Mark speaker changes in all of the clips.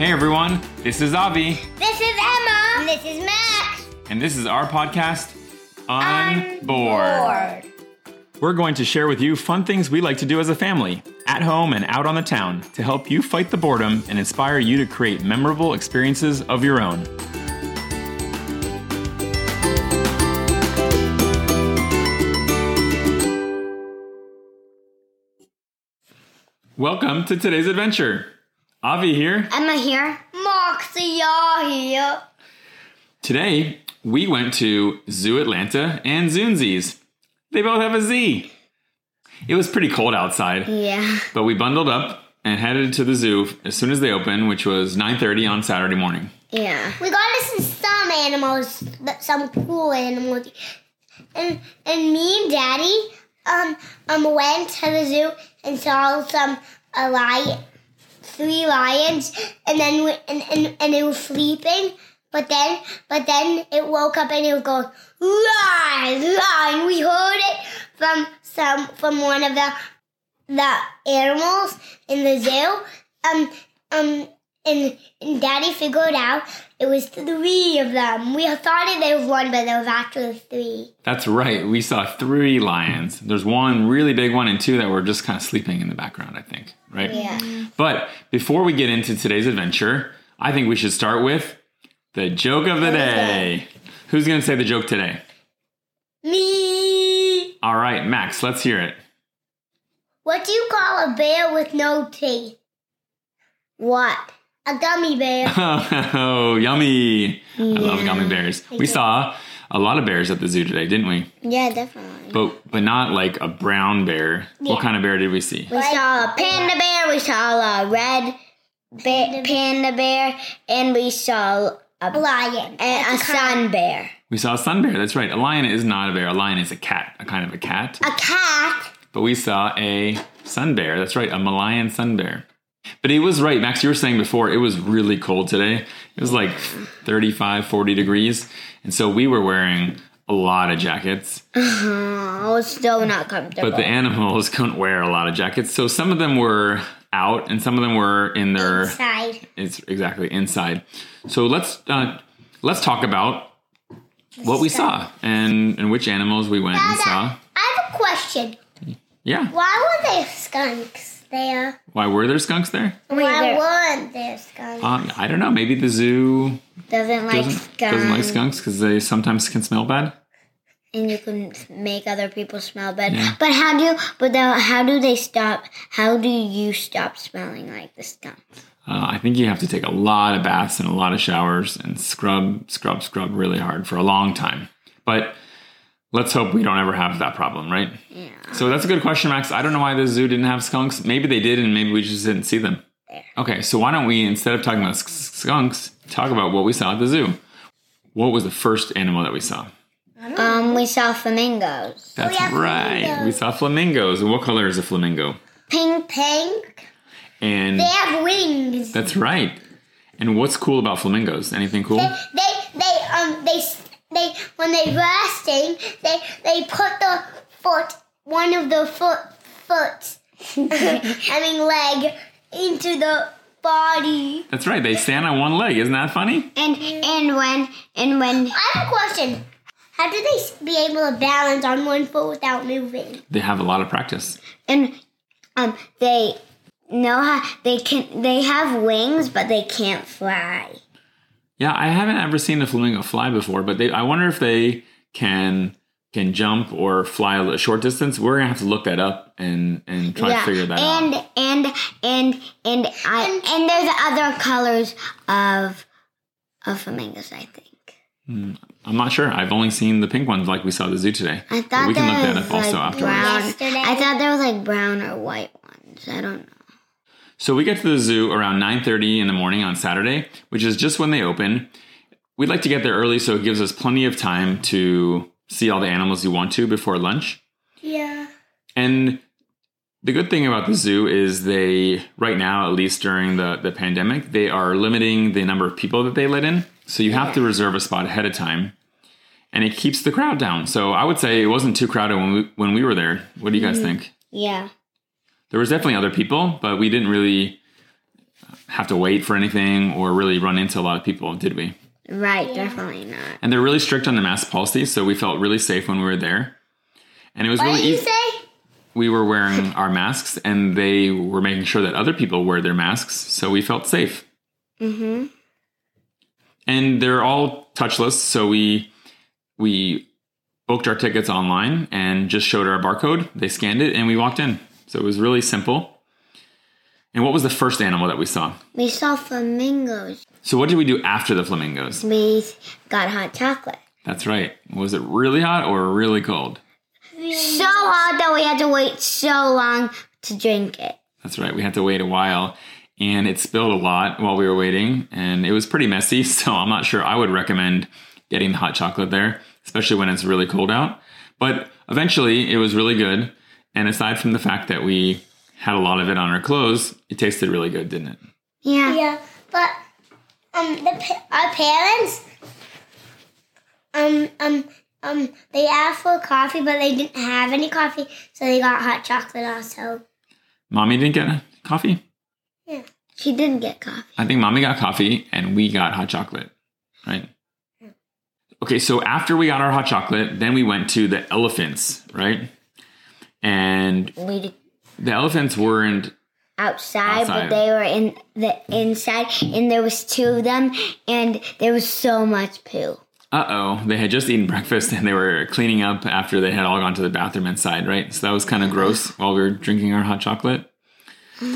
Speaker 1: everyone. This is Avi,
Speaker 2: This is Emma. And this is Max.
Speaker 1: and this is our podcast, On Board. We're going to share with you fun things we like to do as a family, at home and out on the town, to help you fight the boredom and inspire you to create memorable experiences of your own. Welcome to today's adventure. Avi here.
Speaker 2: Emma here. Moxie, y'all here.
Speaker 1: Today, we went to Zoo Atlanta and Zoonzies. They both have a Z. It was pretty cold outside,
Speaker 2: Yeah.
Speaker 1: but we bundled up and headed to the zoo as soon as they opened, which was 9:30 on Saturday morning.
Speaker 2: Yeah. We got to see some animals, but some cool animals. And and me and Daddy um um went to the zoo and saw some a lion, three lions, and then we, and, and and they were sleeping. But then but then it woke up and it was going lion lion. We heard it from some from one of the the animals in the zoo. Um, um, and, and Daddy figured out it was three of them. We thought it there was one, but there was actually three.
Speaker 1: That's right. We saw three lions. There's one really big one and two that were just kind of sleeping in the background, I think, right? But before we get into today's adventure, I think we should start with the joke of the day. Who's going to say the joke today?
Speaker 2: Me.
Speaker 1: All right, Max, let's hear it.
Speaker 2: What do you call a bear with no teeth? What? A gummy bear.
Speaker 1: Oh, yummy. I love gummy bears. We saw a lot of bears at the zoo today, didn't we?
Speaker 2: yeah, definitely.
Speaker 1: But but not like a brown bear. What kind of bear did we see?
Speaker 2: We saw a panda bear. We saw a red bear, panda bear, and we saw a lion and a sun bear.
Speaker 1: We saw a sun bear. That's right. A lion is not a bear. A lion is a cat, a kind of a cat.
Speaker 2: A cat.
Speaker 1: But we saw a sun bear. That's right, a Malayan sun bear. But he was right, Max. You were saying before it was really cold today. It was like 35, 40 degrees. And so we were wearing a lot of jackets.
Speaker 2: I was still not comfortable.
Speaker 1: But the animals couldn't wear a lot of jackets. So some of them were out and some of them were in their
Speaker 2: Side.
Speaker 1: it's exactly inside. So let's uh, let's talk about what we saw and, and which animals we went and saw.
Speaker 2: I have a question.
Speaker 1: Yeah.
Speaker 2: Why were there skunks there?
Speaker 1: Why were there skunks there?
Speaker 2: Why weren't there skunks?
Speaker 1: Um, I don't know. Maybe the zoo
Speaker 3: doesn't like
Speaker 1: doesn't, doesn't like skunks because they sometimes can smell bad.
Speaker 3: and you can make other people smell bad.
Speaker 1: Yeah.
Speaker 3: But how do you, but the, how do they stop? How do you stop smelling like the skunk?
Speaker 1: Uh, I think you have to take a lot of baths and a lot of showers and scrub, scrub, scrub really hard for a long time. But let's hope we don't ever have that problem, right? Yeah. So that's a good question, Max. I don't know why the zoo didn't have skunks. Maybe they did, and maybe we just didn't see them. Okay, so why don't we, instead of talking about sk- skunks, talk about what we saw at the zoo? What was the first animal that we saw?
Speaker 3: Um, we saw flamingos.
Speaker 1: That's
Speaker 2: Oh, yeah,
Speaker 1: right. We
Speaker 2: flamingos.
Speaker 1: saw flamingos. And what color is a flamingo?
Speaker 3: Pink.
Speaker 2: Pink.
Speaker 1: And
Speaker 2: They have wings.
Speaker 1: that's right. And what's cool about flamingos? Anything cool?
Speaker 2: They, they, they, um, they, s- they, when they resting, they, they put the foot, one of the foot, foot, I mean leg, into the body.
Speaker 1: That's right. They stand on one leg. Isn't that funny?
Speaker 3: And and when and when
Speaker 2: I have a question. How do they s- be able to balance on one foot without moving?
Speaker 1: They have a lot of practice.
Speaker 3: and um they know how they can they have wings but they can't fly.
Speaker 1: Yeah, I haven't ever seen a flamingo fly before, but they, I wonder if they can can jump or fly a li- short distance. We're gonna have to look that up and and try to figure that out.
Speaker 3: and, And and and I and there's other colors of of flamingos. I think.
Speaker 1: I'm not sure. I've only seen the pink ones like we saw at the zoo today.
Speaker 3: I
Speaker 1: But
Speaker 3: thought
Speaker 1: we can
Speaker 3: there
Speaker 1: look that
Speaker 3: was
Speaker 1: up also
Speaker 3: like
Speaker 1: afterwards.
Speaker 3: brown.
Speaker 2: Yesterday.
Speaker 3: I thought there was like brown or white ones. I don't know.
Speaker 1: So we get to the zoo around 9:30 in the morning on Saturday, which is just when they open. We'd like to get there early so it gives us plenty of time to see all the animals you want to before lunch.
Speaker 2: Yeah.
Speaker 1: And the good thing about the zoo is they, right now, at least during the, the pandemic, they are limiting the number of people that they let in. So you have to reserve a spot ahead of time. And it keeps the crowd down. So I would say it wasn't too crowded when we, when we were there.
Speaker 2: Mm-hmm.
Speaker 1: What do you guys think?
Speaker 3: Yeah.
Speaker 1: There was definitely other people, but we didn't really have to wait for anything or really run into a lot of people, did we?
Speaker 3: Right, definitely not.
Speaker 1: And they're really strict on their mask policy, so we felt really safe when we were there. And it was
Speaker 2: What
Speaker 1: really
Speaker 2: did you
Speaker 1: easy.
Speaker 2: say?
Speaker 1: we were wearing our masks and they were making sure that other people wear their masks so we felt safe
Speaker 3: Mm-hmm.
Speaker 1: and they're all touchless so we we booked our tickets online and just showed our barcode they scanned it and we walked in so it was really simple and what was the first animal that we saw
Speaker 3: We saw flamingos.
Speaker 1: so what did we do after the flamingos
Speaker 3: We got hot chocolate.
Speaker 1: that's right was it really hot or really cold
Speaker 3: So hot that we had to wait so long to drink it.
Speaker 1: That's right. We had to wait a while and it spilled a lot while we were waiting and it was pretty messy. So I'm not sure I would recommend getting the hot chocolate there, especially when it's really cold out. But eventually it was really good. And aside from the fact that we had a lot of it on our clothes, it tasted really good, didn't it?
Speaker 3: Yeah.
Speaker 2: Yeah, but um, the pa- our parents um um um they asked for coffee, but they didn't have any coffee, so they got hot chocolate also.
Speaker 1: Mommy didn't get coffee.
Speaker 3: She didn't get coffee.
Speaker 1: I think mommy got coffee and we got hot chocolate, right? Okay, so after we got our hot chocolate, then we went to the elephants, right? And
Speaker 3: We did
Speaker 1: the elephants weren't
Speaker 3: outside,
Speaker 1: Outside.
Speaker 3: but they were in the inside, and there was two of them, and there was so much poo.
Speaker 1: Uh oh, they had just eaten breakfast and they were cleaning up after they had all gone to the bathroom inside, right? So that was kind of gross while we were drinking our hot chocolate.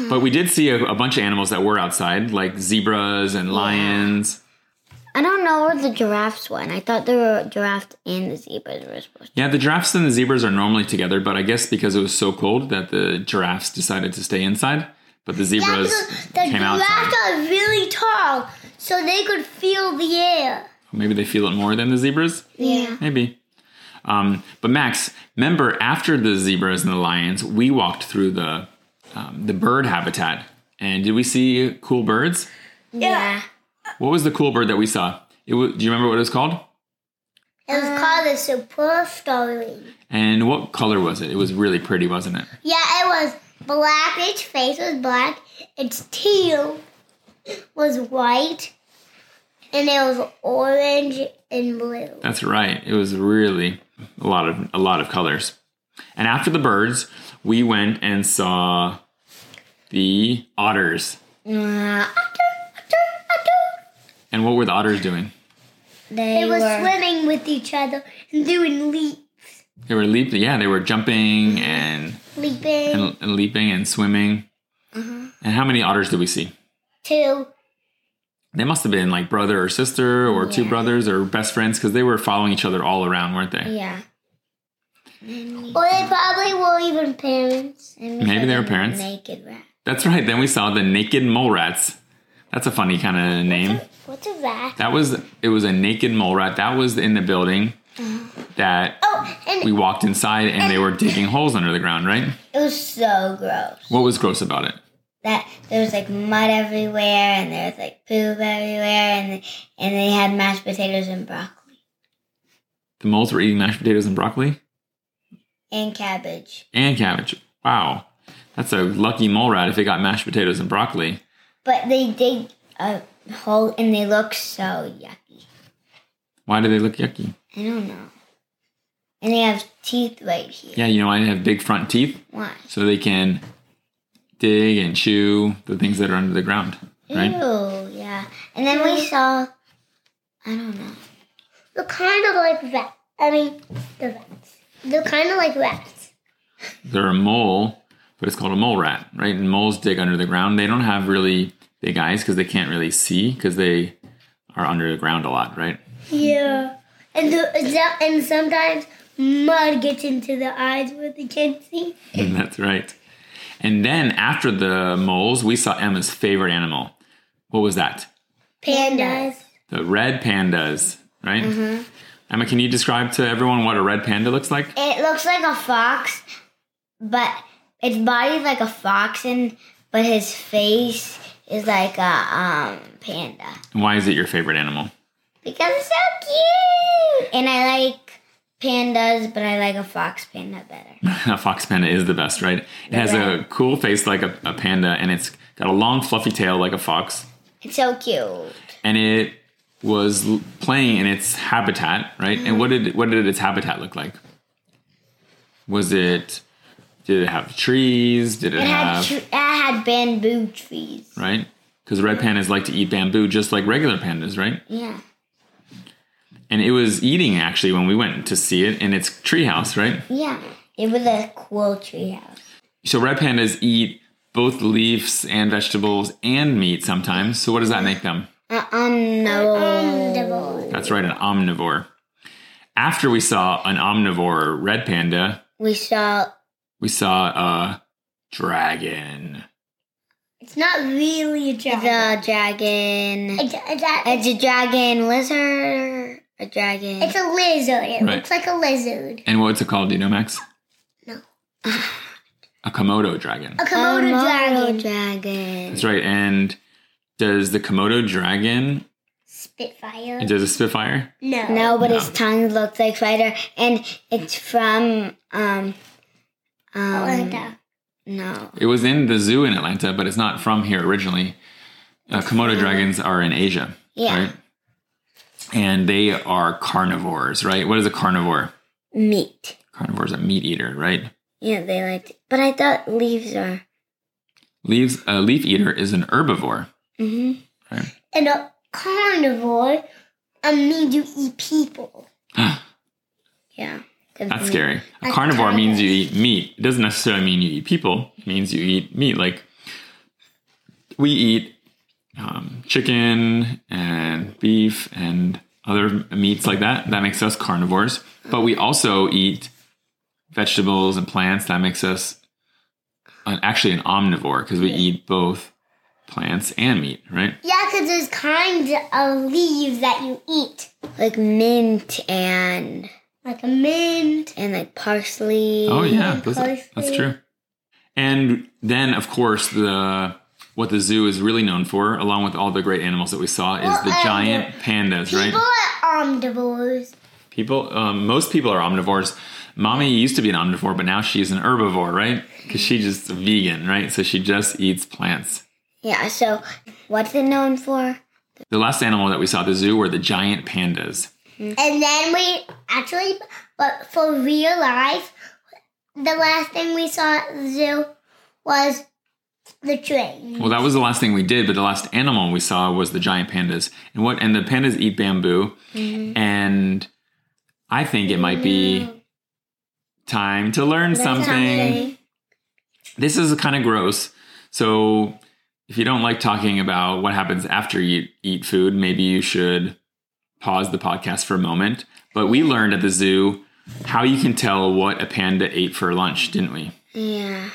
Speaker 1: But we did see a, a bunch of animals that were outside, like zebras and lions.
Speaker 3: I don't know where the giraffes went. I thought there were giraffes and the zebras were supposed
Speaker 1: Yeah, the giraffes and the zebras are normally together, but I guess because it was so cold that the giraffes decided to stay inside, but the
Speaker 2: Yeah,
Speaker 1: zebras
Speaker 2: because the
Speaker 1: came outside.
Speaker 2: giraffes are really tall, so they could feel the air.
Speaker 1: Maybe they feel it more than the zebras.
Speaker 3: to. Yeah.
Speaker 1: Maybe. Um, but Max, remember after the zebras and the lions, we walked through the um, the bird habitat, and did we see cool birds?
Speaker 3: Yeah.
Speaker 1: What was the cool bird that we saw? It wa do you remember what it was called?
Speaker 2: It was called a super starling.
Speaker 1: And what color was it? It was really pretty, wasn't it?
Speaker 2: Yeah, it was black. Its face was black. Its tail was white, and it was orange and blue.
Speaker 1: That's right. It was really a lot of a lot of colors. And after the birds, we went and saw the otters.
Speaker 3: Uh,
Speaker 1: And what were the otters doing?
Speaker 3: they
Speaker 2: They were
Speaker 3: were
Speaker 2: swimming with each other and doing leap,
Speaker 1: They were leaping. Yeah, they were jumping and
Speaker 2: leaping
Speaker 1: and, and leaping and swimming. And how many otters did we see?
Speaker 2: to
Speaker 1: They must have been like brother or sister or two brothers or best friends because they were following each other all around, weren't they?
Speaker 3: yeah.
Speaker 2: Or they probably were even parents.
Speaker 3: And we
Speaker 1: Maybe
Speaker 3: saw
Speaker 1: they were
Speaker 3: the
Speaker 1: parents.
Speaker 3: Naked rat.
Speaker 1: That's right. Then we saw the naked mole rats. That's a funny kind of name.
Speaker 2: What's a rat?
Speaker 1: That was it was a naked mole rat. That was in the building that
Speaker 2: Oh, and
Speaker 1: we walked inside and they were digging holes under the ground, right?
Speaker 3: It was so gross.
Speaker 1: What was gross about it?
Speaker 3: That there was like mud everywhere, and there was like poop everywhere, and and they had mashed potatoes and broccoli
Speaker 1: The moles were eating mashed potatoes and broccoli
Speaker 3: and cabbage.
Speaker 1: and cabbage. Wow. That's a lucky mole rat if it got mashed potatoes and broccoli.
Speaker 3: But they dig a hole, and they look so yucky.
Speaker 1: Why do they look yucky?
Speaker 3: I don't know. And they have teeth right here.
Speaker 1: Yeah, you know, I have big front teeth,
Speaker 3: Why?
Speaker 1: so they can dig and chew the things that are under the ground, right?
Speaker 3: Ew, yeah. And then we saw, I don't know.
Speaker 2: they're kind of like rats. I mean, the rats. They're kind of like rats.
Speaker 1: They're a mole, but it's called a mole rat, right? And moles dig under the ground. They don't have really big eyes because they can't really see because they are under the ground a lot, right?
Speaker 2: Yeah. And the, and so- and sometimes mud gets into the eyes where they can't see.
Speaker 1: That's right. And then after the moles, we saw Emma's favorite animal. What was that?
Speaker 2: Pandas.
Speaker 1: The red pandas, right?
Speaker 3: Mm-hmm.
Speaker 1: Emma, can you describe to everyone what a red panda looks like?
Speaker 3: It looks like a fox, but its body's like a fox, and but his face is like a um panda
Speaker 1: And why is it your favorite animal?
Speaker 3: because it's so cute. And I like pandas, but I like a fox panda better.
Speaker 1: a fox panda is the best, right? It has a cool face like a, a panda, and it's Got a long, fluffy tail like a fox,
Speaker 3: It's so cute.
Speaker 1: and it was l- playing in its habitat, right? And what did what did its habitat look like? Was it did it have trees? Did it,
Speaker 3: It had
Speaker 1: have
Speaker 3: tr- it had bamboo trees.
Speaker 1: right? Because red pandas like to eat bamboo just like regular pandas, right?
Speaker 3: Yeah.
Speaker 1: And it was eating actually when we went to see it in its treehouse, right?
Speaker 3: Yeah. It was a cool treehouse.
Speaker 1: So red pandas eat both leaves and vegetables and meat sometimes. So what does that make them?
Speaker 3: Uh, um, no.
Speaker 2: Omnivore.
Speaker 1: That's right, an omnivore. After we saw an omnivore red panda,
Speaker 3: we saw
Speaker 1: we saw a dragon.
Speaker 2: It's not really a dragon.
Speaker 3: the dragon.
Speaker 2: It's a, it's a,
Speaker 3: It's a dragon lizard. A dragon.
Speaker 2: it's a lizard. It
Speaker 1: Right.
Speaker 2: looks like a lizard.
Speaker 1: And what's it called? Do you know, Max?
Speaker 2: No.
Speaker 1: a Komodo dragon.
Speaker 2: A Komodo dragon.
Speaker 3: dragon.
Speaker 1: That's right. And does the Komodo dragon
Speaker 2: Spitfire.
Speaker 1: does a Spitfire?
Speaker 2: No.
Speaker 3: No, but its
Speaker 1: No.
Speaker 3: tongue looks like spider, and it's from um um
Speaker 2: Atlanta.
Speaker 3: no
Speaker 1: It was in the zoo in Atlanta, but it's not from here originally. Uh, Komodo dragons are in Asia,
Speaker 3: Yeah.
Speaker 1: right? And they are carnivores, right? What is a carnivore?
Speaker 3: meat.
Speaker 1: Carnivore is a meat eater, right?
Speaker 3: Yeah, they like. To, but I thought leaves are.
Speaker 1: Leaves a leaf eater is an herbivore.
Speaker 3: hmm
Speaker 2: And a carnivore um, means you eat people.
Speaker 3: Yeah,
Speaker 1: That's scary. A
Speaker 2: A
Speaker 1: carnivore
Speaker 2: carnivore.
Speaker 1: means you eat meat. It doesn't necessarily mean you eat people. It means you eat meat. Like we eat um, chicken and beef and other meats like that. That makes us carnivores. But we also eat vegetables and plants. That makes us an, actually an omnivore because we eat both plants and meat, right?
Speaker 2: Yeah, because there's kinds of leaves that you eat,
Speaker 3: Like mint and
Speaker 2: like a mint.
Speaker 3: and like parsley.
Speaker 1: Oh yeah,
Speaker 2: and
Speaker 1: those- that's
Speaker 2: parsley.
Speaker 1: true. And then, of course, the what the zoo is really known for, along with all the great animals that we saw, is
Speaker 2: Well,
Speaker 1: the
Speaker 2: uh,
Speaker 1: giant pandas,
Speaker 2: People
Speaker 1: right?
Speaker 2: are omnivores.
Speaker 1: People, um, most people are omnivores. Mommy used to be an omnivore, but now she's an herbivore, right? Because she's just a vegan, right? So she just eats plants.
Speaker 3: Yeah. So, what's it known for?
Speaker 1: The last animal that we saw at the zoo were the giant pandas.
Speaker 2: And then we actually, but for real life, the last thing we saw at the zoo was the train.
Speaker 1: Well, that was the last thing we did, but the last animal we saw was the giant pandas. And what and the pandas eat bamboo. Mm-hmm. And I think it might be time to Mm-hmm. learn something. This is kind of gross. So if you don't like talking about what happens after you eat food, maybe you should pause the podcast for a moment. But we learned at the zoo how you can tell what a panda ate for lunch, didn't we?
Speaker 3: Yeah.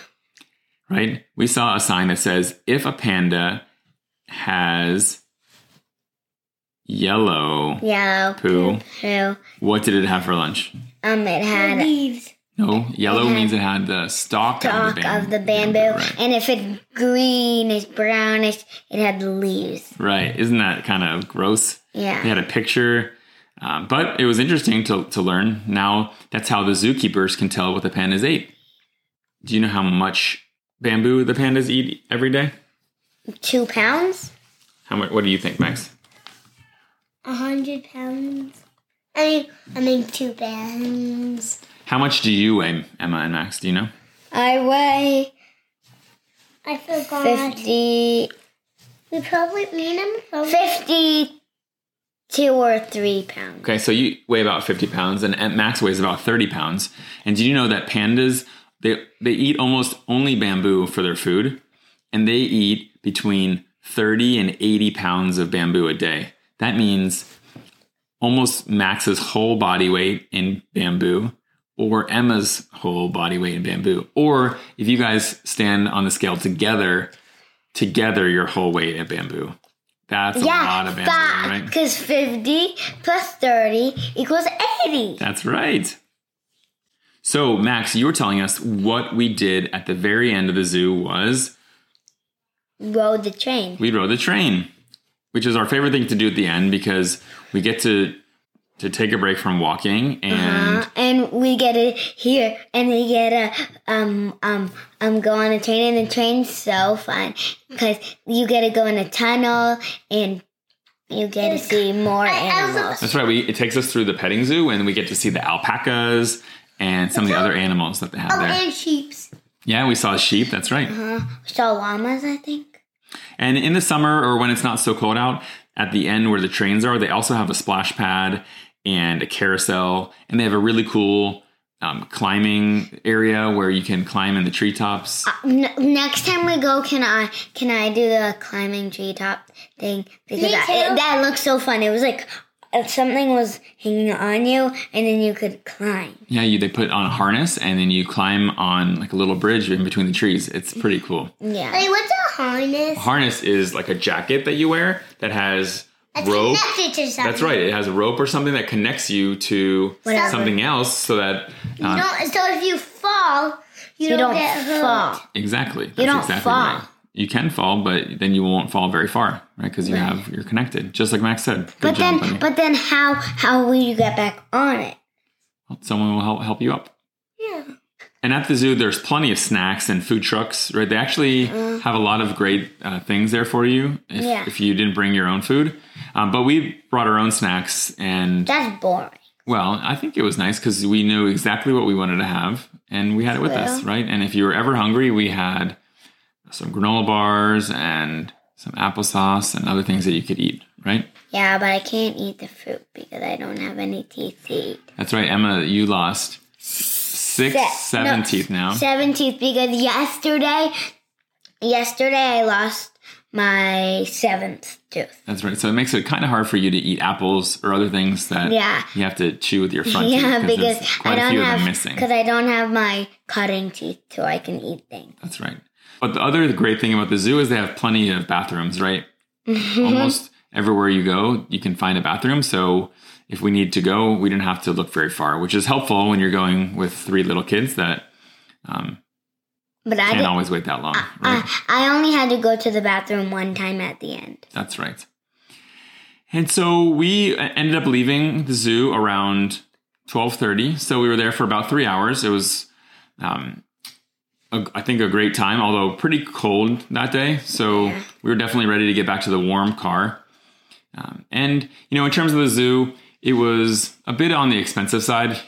Speaker 1: right? We saw a sign that says if a panda has yellow
Speaker 3: Yellow.
Speaker 1: poo,
Speaker 3: Poo.
Speaker 1: what did it have for lunch?
Speaker 3: Um, it
Speaker 2: The
Speaker 3: had
Speaker 2: leaves.
Speaker 1: No, yellow
Speaker 3: had-
Speaker 1: means it had the stalk,
Speaker 3: stalk
Speaker 1: bam-
Speaker 3: of the bamboo,
Speaker 1: Right.
Speaker 3: and if it's greenish, brownish, it had leaves.
Speaker 1: right. Isn't that kind of gross?
Speaker 3: Yeah.
Speaker 1: They had a picture. Um, but it was interesting to, to learn. Now, that's how the zookeepers can tell what the pandas ate. Do you know how much bamboo the pandas eat every day?
Speaker 3: Two pounds?
Speaker 1: How much? What do you think, Max?
Speaker 2: A hundred pounds. I mean, I mean two pounds.
Speaker 1: How much do you weigh, Emma and Max? Do you know?
Speaker 3: I weigh
Speaker 2: I
Speaker 3: Uh,
Speaker 2: forgot.
Speaker 3: 50,
Speaker 2: We probably, me and Emma probably.
Speaker 3: 52 or 3 pounds.
Speaker 1: Okay, so you weigh about 50 pounds, and Aunt Max weighs about 30 pounds. And did you know that pandas they they eat almost only bamboo for their food, and they eat between 30 and 80 pounds of bamboo a day. That means almost Max's whole body weight in bamboo, or Emma's whole body weight in bamboo, or if you guys stand on the scale together, together your whole weight in bamboo. That's a lot of bamboo, right?
Speaker 3: because 50 plus 30 equals 80.
Speaker 1: That's right. So, Max, you were telling us what we did at the very end of the zoo was
Speaker 3: Rode the train.
Speaker 1: we rode the train, which is our favorite thing to do at the end because we get to to take a break from walking and
Speaker 3: Uh,
Speaker 2: Uh-huh.
Speaker 3: and we get it here, and we get a um um um go on a train, and the train's so fun because you get to go in a tunnel, and you get to see more
Speaker 2: also-
Speaker 3: animals.
Speaker 1: that's right. We it takes us through the petting zoo and we get to see the alpacas and some of the other animals that they have
Speaker 2: Oh,
Speaker 1: there.
Speaker 2: and sheeps.
Speaker 1: Yeah, we saw a sheep. That's right.
Speaker 2: Uh-huh.
Speaker 3: Uh, so llamas, I think.
Speaker 1: And in the summer or when it's not so cold out, at the end where the trains are, they also have a splash pad and a carousel, and they have a really cool um, climbing area where you can climb in the treetops.
Speaker 3: N- next time we go, can I can I do the climbing treetop thing because
Speaker 2: Me
Speaker 3: I,
Speaker 2: too.
Speaker 3: that looks so fun. It was like uh, something was hanging on you, and then you could climb.
Speaker 1: Yeah, you they put on a harness and then you climb on like a little bridge in between the trees. It's pretty cool.
Speaker 3: Yeah.
Speaker 2: Wait, what's a harness?
Speaker 1: Harness is like a jacket that you wear that has
Speaker 2: That's
Speaker 1: rope.
Speaker 2: connected to something.
Speaker 1: That's right. It has a rope or something that connects you to
Speaker 3: Whatever.
Speaker 1: something else so that
Speaker 2: You
Speaker 1: uh,
Speaker 2: don't, so if you fall, you,
Speaker 3: You
Speaker 2: don't,
Speaker 3: don't
Speaker 2: get hurt.
Speaker 3: fall.
Speaker 1: Exactly. That's
Speaker 3: don't
Speaker 1: exactly
Speaker 3: fall.
Speaker 1: Right. You can fall, but then you won't fall very far, right? Because you have you're connected, just like Max said. Good
Speaker 3: But
Speaker 1: job,
Speaker 3: then,
Speaker 1: buddy.
Speaker 3: but then, how how will you get back on it?
Speaker 1: someone will help help you up.
Speaker 2: Yeah.
Speaker 1: And at the zoo, there's plenty of snacks and food trucks, right? They actually have a lot of great uh, things there for you if,
Speaker 3: Mm. Yeah.
Speaker 1: if you didn't bring your own food. Um, but we brought our own snacks, and
Speaker 3: That's boring.
Speaker 1: well, I think it was nice because we knew exactly what we wanted to have, and we had it with us, right? And if you were ever hungry, we had some granola bars and some applesauce and other things that you could eat, right?
Speaker 3: Yeah, but I can't eat the fruit because I don't have any teeth to eat.
Speaker 1: That's right, Emma. You lost six,
Speaker 3: Se-
Speaker 1: seven
Speaker 3: no,
Speaker 1: teeth now.
Speaker 3: Seven teeth because yesterday, yesterday I lost my seventh tooth.
Speaker 1: That's right. So it makes it kind of hard for you to eat apples or other things that
Speaker 3: Yeah.
Speaker 1: you have to chew with your front teeth.
Speaker 3: Yeah,
Speaker 1: 'cause
Speaker 3: because
Speaker 1: there's
Speaker 3: I
Speaker 1: quite a
Speaker 3: don't
Speaker 1: few of them
Speaker 3: have
Speaker 1: missing.
Speaker 3: because I don't have my cutting teeth so I can eat things.
Speaker 1: That's right. But the other great thing about the zoo is they have plenty of bathrooms, right?
Speaker 3: Mm-hmm.
Speaker 1: Almost everywhere you go, you can find a bathroom. So if we need to go, we don't have to look very far, which is helpful when you're going with three little kids that um,
Speaker 3: But I
Speaker 1: can't
Speaker 3: did, Ah,
Speaker 1: always wait that long, right?
Speaker 3: I, I only had to go to the bathroom one time at the end.
Speaker 1: That's right. And so we ended up leaving the zoo around 12:30. So we were there for about 3 hours. It was um a, I think a great time, although pretty cold that day. So we were definitely ready to get back to the warm car. Um, and you know, in terms of the zoo, it was a bit on the expensive side.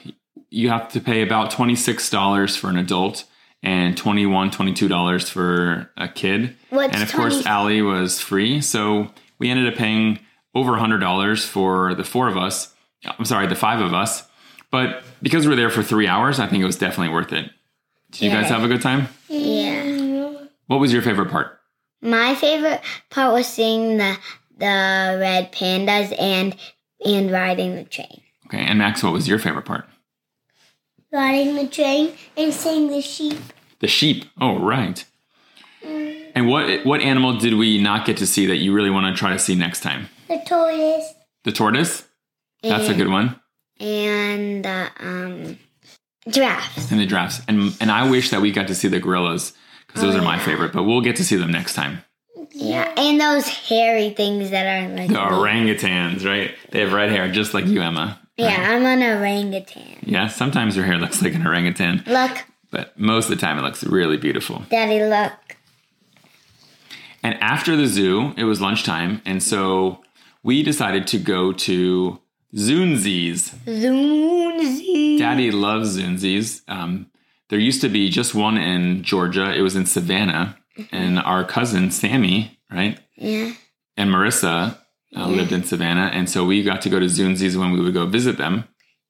Speaker 1: You have to pay about $26 for an adult and $21, $22 for a kid.
Speaker 3: What's
Speaker 1: and of course,
Speaker 3: 20
Speaker 1: Allie was free. So we ended up paying over $100 for the four of us. I'm sorry, the five of us. But because we were there for three hours, I think it was definitely worth it. Did you guys
Speaker 3: Yeah.
Speaker 1: have a good time?
Speaker 3: Yeah.
Speaker 1: What was your favorite part?
Speaker 3: My favorite part was seeing the the red pandas and and riding the train.
Speaker 1: Okay, and Max, what was your favorite part?
Speaker 2: Riding the train and seeing the sheep.
Speaker 1: The sheep. Oh, right. And what what animal did we not get to see that you really want to try to see next time?
Speaker 2: The tortoise.
Speaker 1: The tortoise. That's a
Speaker 3: And-
Speaker 1: good one.
Speaker 3: And uh, um, giraffes.
Speaker 1: And the giraffes. And and I wish that we got to see the gorillas because those are
Speaker 2: Oh,
Speaker 1: my favorite. But we'll get to see them next time.
Speaker 3: Yeah, and those hairy things that are like.
Speaker 1: The orangutans, right? They have red hair, just like you, Emma.
Speaker 3: Yeah, I'm an orangutan.
Speaker 1: Yeah. Sometimes your hair looks like an orangutan,
Speaker 3: Look,
Speaker 1: but most of the time it looks really beautiful.
Speaker 3: Daddy, look.
Speaker 1: And after the zoo, it was lunchtime, and so we decided to go to Zunzi's.
Speaker 3: Zoomzy.
Speaker 1: Daddy loves Zunzi's. Um, there used to be just one in Georgia. It was in Savannah, and our cousin Sammy, right,
Speaker 3: Yeah.
Speaker 1: and Marissa uh, lived in Savannah, and so we got to go to Zunzi's when we would go visit them.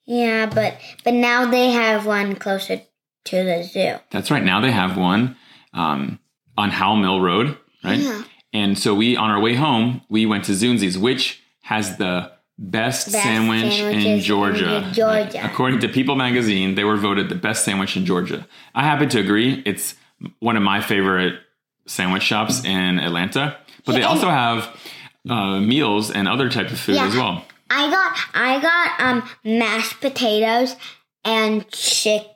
Speaker 3: Yeah, but but now they have one closer to the zoo.
Speaker 1: That's right. Now they have one um, on Howell Mill Road, right?
Speaker 3: Uh-huh.
Speaker 1: And so we, on our way home, we went to Zunzi's, which has the best,
Speaker 3: Best
Speaker 1: sandwich in
Speaker 3: sandwiches
Speaker 1: Georgia.
Speaker 3: in Georgia.
Speaker 1: According to People Magazine, they were voted the best sandwich in Georgia. I happen to agree. It's one of my favorite sandwich shops in Atlanta, but they also have uh, meals and other types of food
Speaker 3: Yeah.
Speaker 1: as well.
Speaker 3: I got I got um mashed potatoes and chicken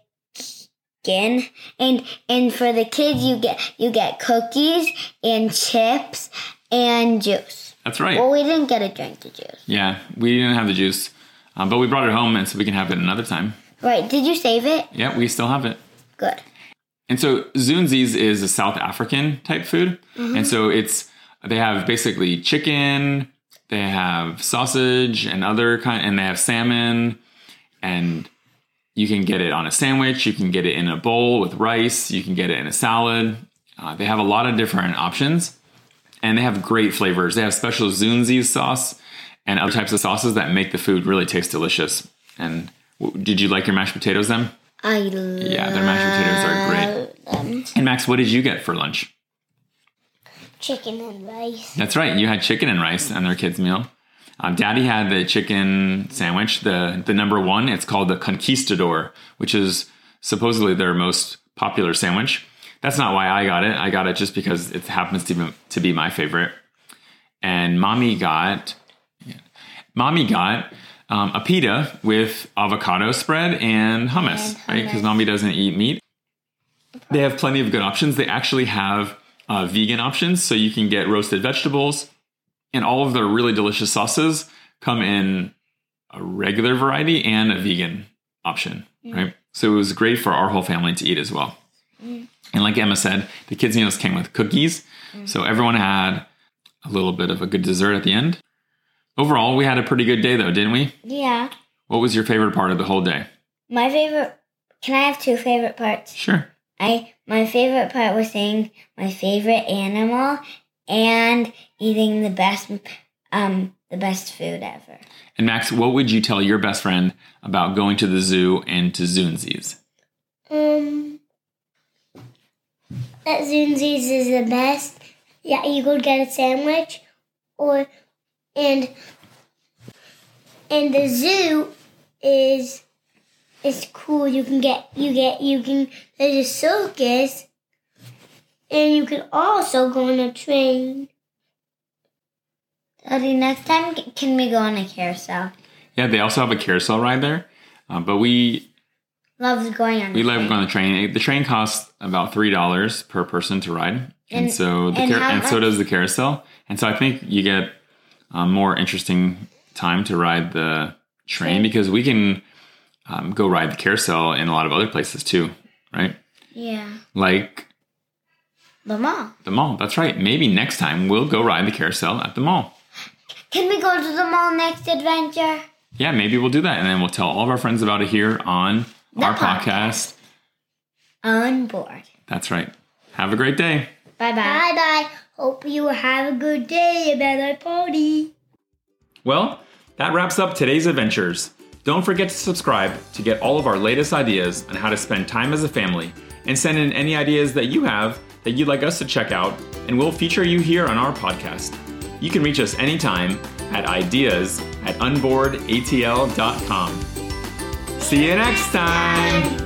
Speaker 3: and and for the kids you get you get cookies and chips and juice.
Speaker 1: That's right.
Speaker 3: Oh. Well, we didn't get a drink of juice.
Speaker 1: Yeah, we didn't have the juice. Um, but we brought it home, and so we can have it another time.
Speaker 3: Right. Did you save it?
Speaker 1: Yeah, we still have it.
Speaker 3: Good.
Speaker 1: And so Zunzi's is a South African type food. And so it's they have basically chicken, they have sausage and other kind and they have salmon and you can get it on a sandwich, you can get it in a bowl with rice, you can get it in a salad. Uh, they have a lot of different options and they have great flavors. They have special Zunzi's sauce and other types of sauces that make the food really taste delicious. And w- did you like your mashed potatoes then?
Speaker 3: I
Speaker 1: Yeah, their mashed potatoes are great. And Max, what did you get for lunch?
Speaker 2: Chicken and rice.
Speaker 1: That's right, you had chicken and rice on their kids' meal. Um, Daddy had the chicken sandwich, the the number one. It's called the Conquistador, which is supposedly their most popular sandwich. That's not why I got it. I got it just because it happens to be, to be my favorite. And mommy got, mommy got um, a pita with avocado spread and hummus,
Speaker 3: And
Speaker 1: right? Because
Speaker 3: hummus.
Speaker 1: mommy doesn't eat meat. They have plenty of good options. They actually have uh, vegan options, so you can get roasted vegetables, and all of their really delicious sauces come in a regular variety and a vegan option, right? So it was great for our whole family to eat as well. And like Emma said, the kids' meals came with cookies,
Speaker 3: Mm.
Speaker 1: so everyone had a little bit of a good dessert at the end. Overall, we had a pretty good day though, didn't we?
Speaker 3: Yeah.
Speaker 1: What was your favorite part of the whole day?
Speaker 3: My favorite. Can I have two favorite parts?
Speaker 1: Sure.
Speaker 3: I my favorite part was saying my favorite animal and eating the best um the best food ever.
Speaker 1: And Max, what would you tell your best friend about going to the zoo and to Zoonsies?
Speaker 2: Um, that Zunzi's is the best. Yeah, you go get a sandwich, or and and the zoo is is cool. You can get you get you can there's a circus, and you can also go on a train.
Speaker 3: Daddy, next time c- can we go on a carousel?
Speaker 1: Yeah, they also have a carousel ride there, uh, but we
Speaker 3: Loves going on.
Speaker 1: we
Speaker 3: a
Speaker 1: love going
Speaker 3: train.
Speaker 1: on the train. The train costs about three dollars per person to ride, and,
Speaker 3: And-
Speaker 1: so the
Speaker 3: and
Speaker 1: car-
Speaker 3: how
Speaker 1: and so
Speaker 3: much-
Speaker 1: does the carousel. And so I think you get a more interesting time to ride the train because we can um, go ride the carousel in a lot of other places too, right?
Speaker 3: Yeah,
Speaker 1: Like
Speaker 3: the mall.
Speaker 1: the mall. That's right. Maybe next time we'll go ride the carousel at the mall.
Speaker 3: Can we go to the mall next adventure?
Speaker 1: Yeah, maybe we'll do that, and then we'll tell all of our friends about it here on our podcast.
Speaker 3: On board.
Speaker 1: That's right. Have a great day.
Speaker 3: Bye bye.
Speaker 2: Bye bye. Hope you have a good day about our party.
Speaker 1: Well, that wraps up today's adventures. Don't forget to subscribe to get all of our latest ideas on how to spend time as a family and send in any ideas that you have that you'd like us to check out, and we'll feature you here on our podcast. You can reach us anytime at ideas at unboardatl.com. See you next time!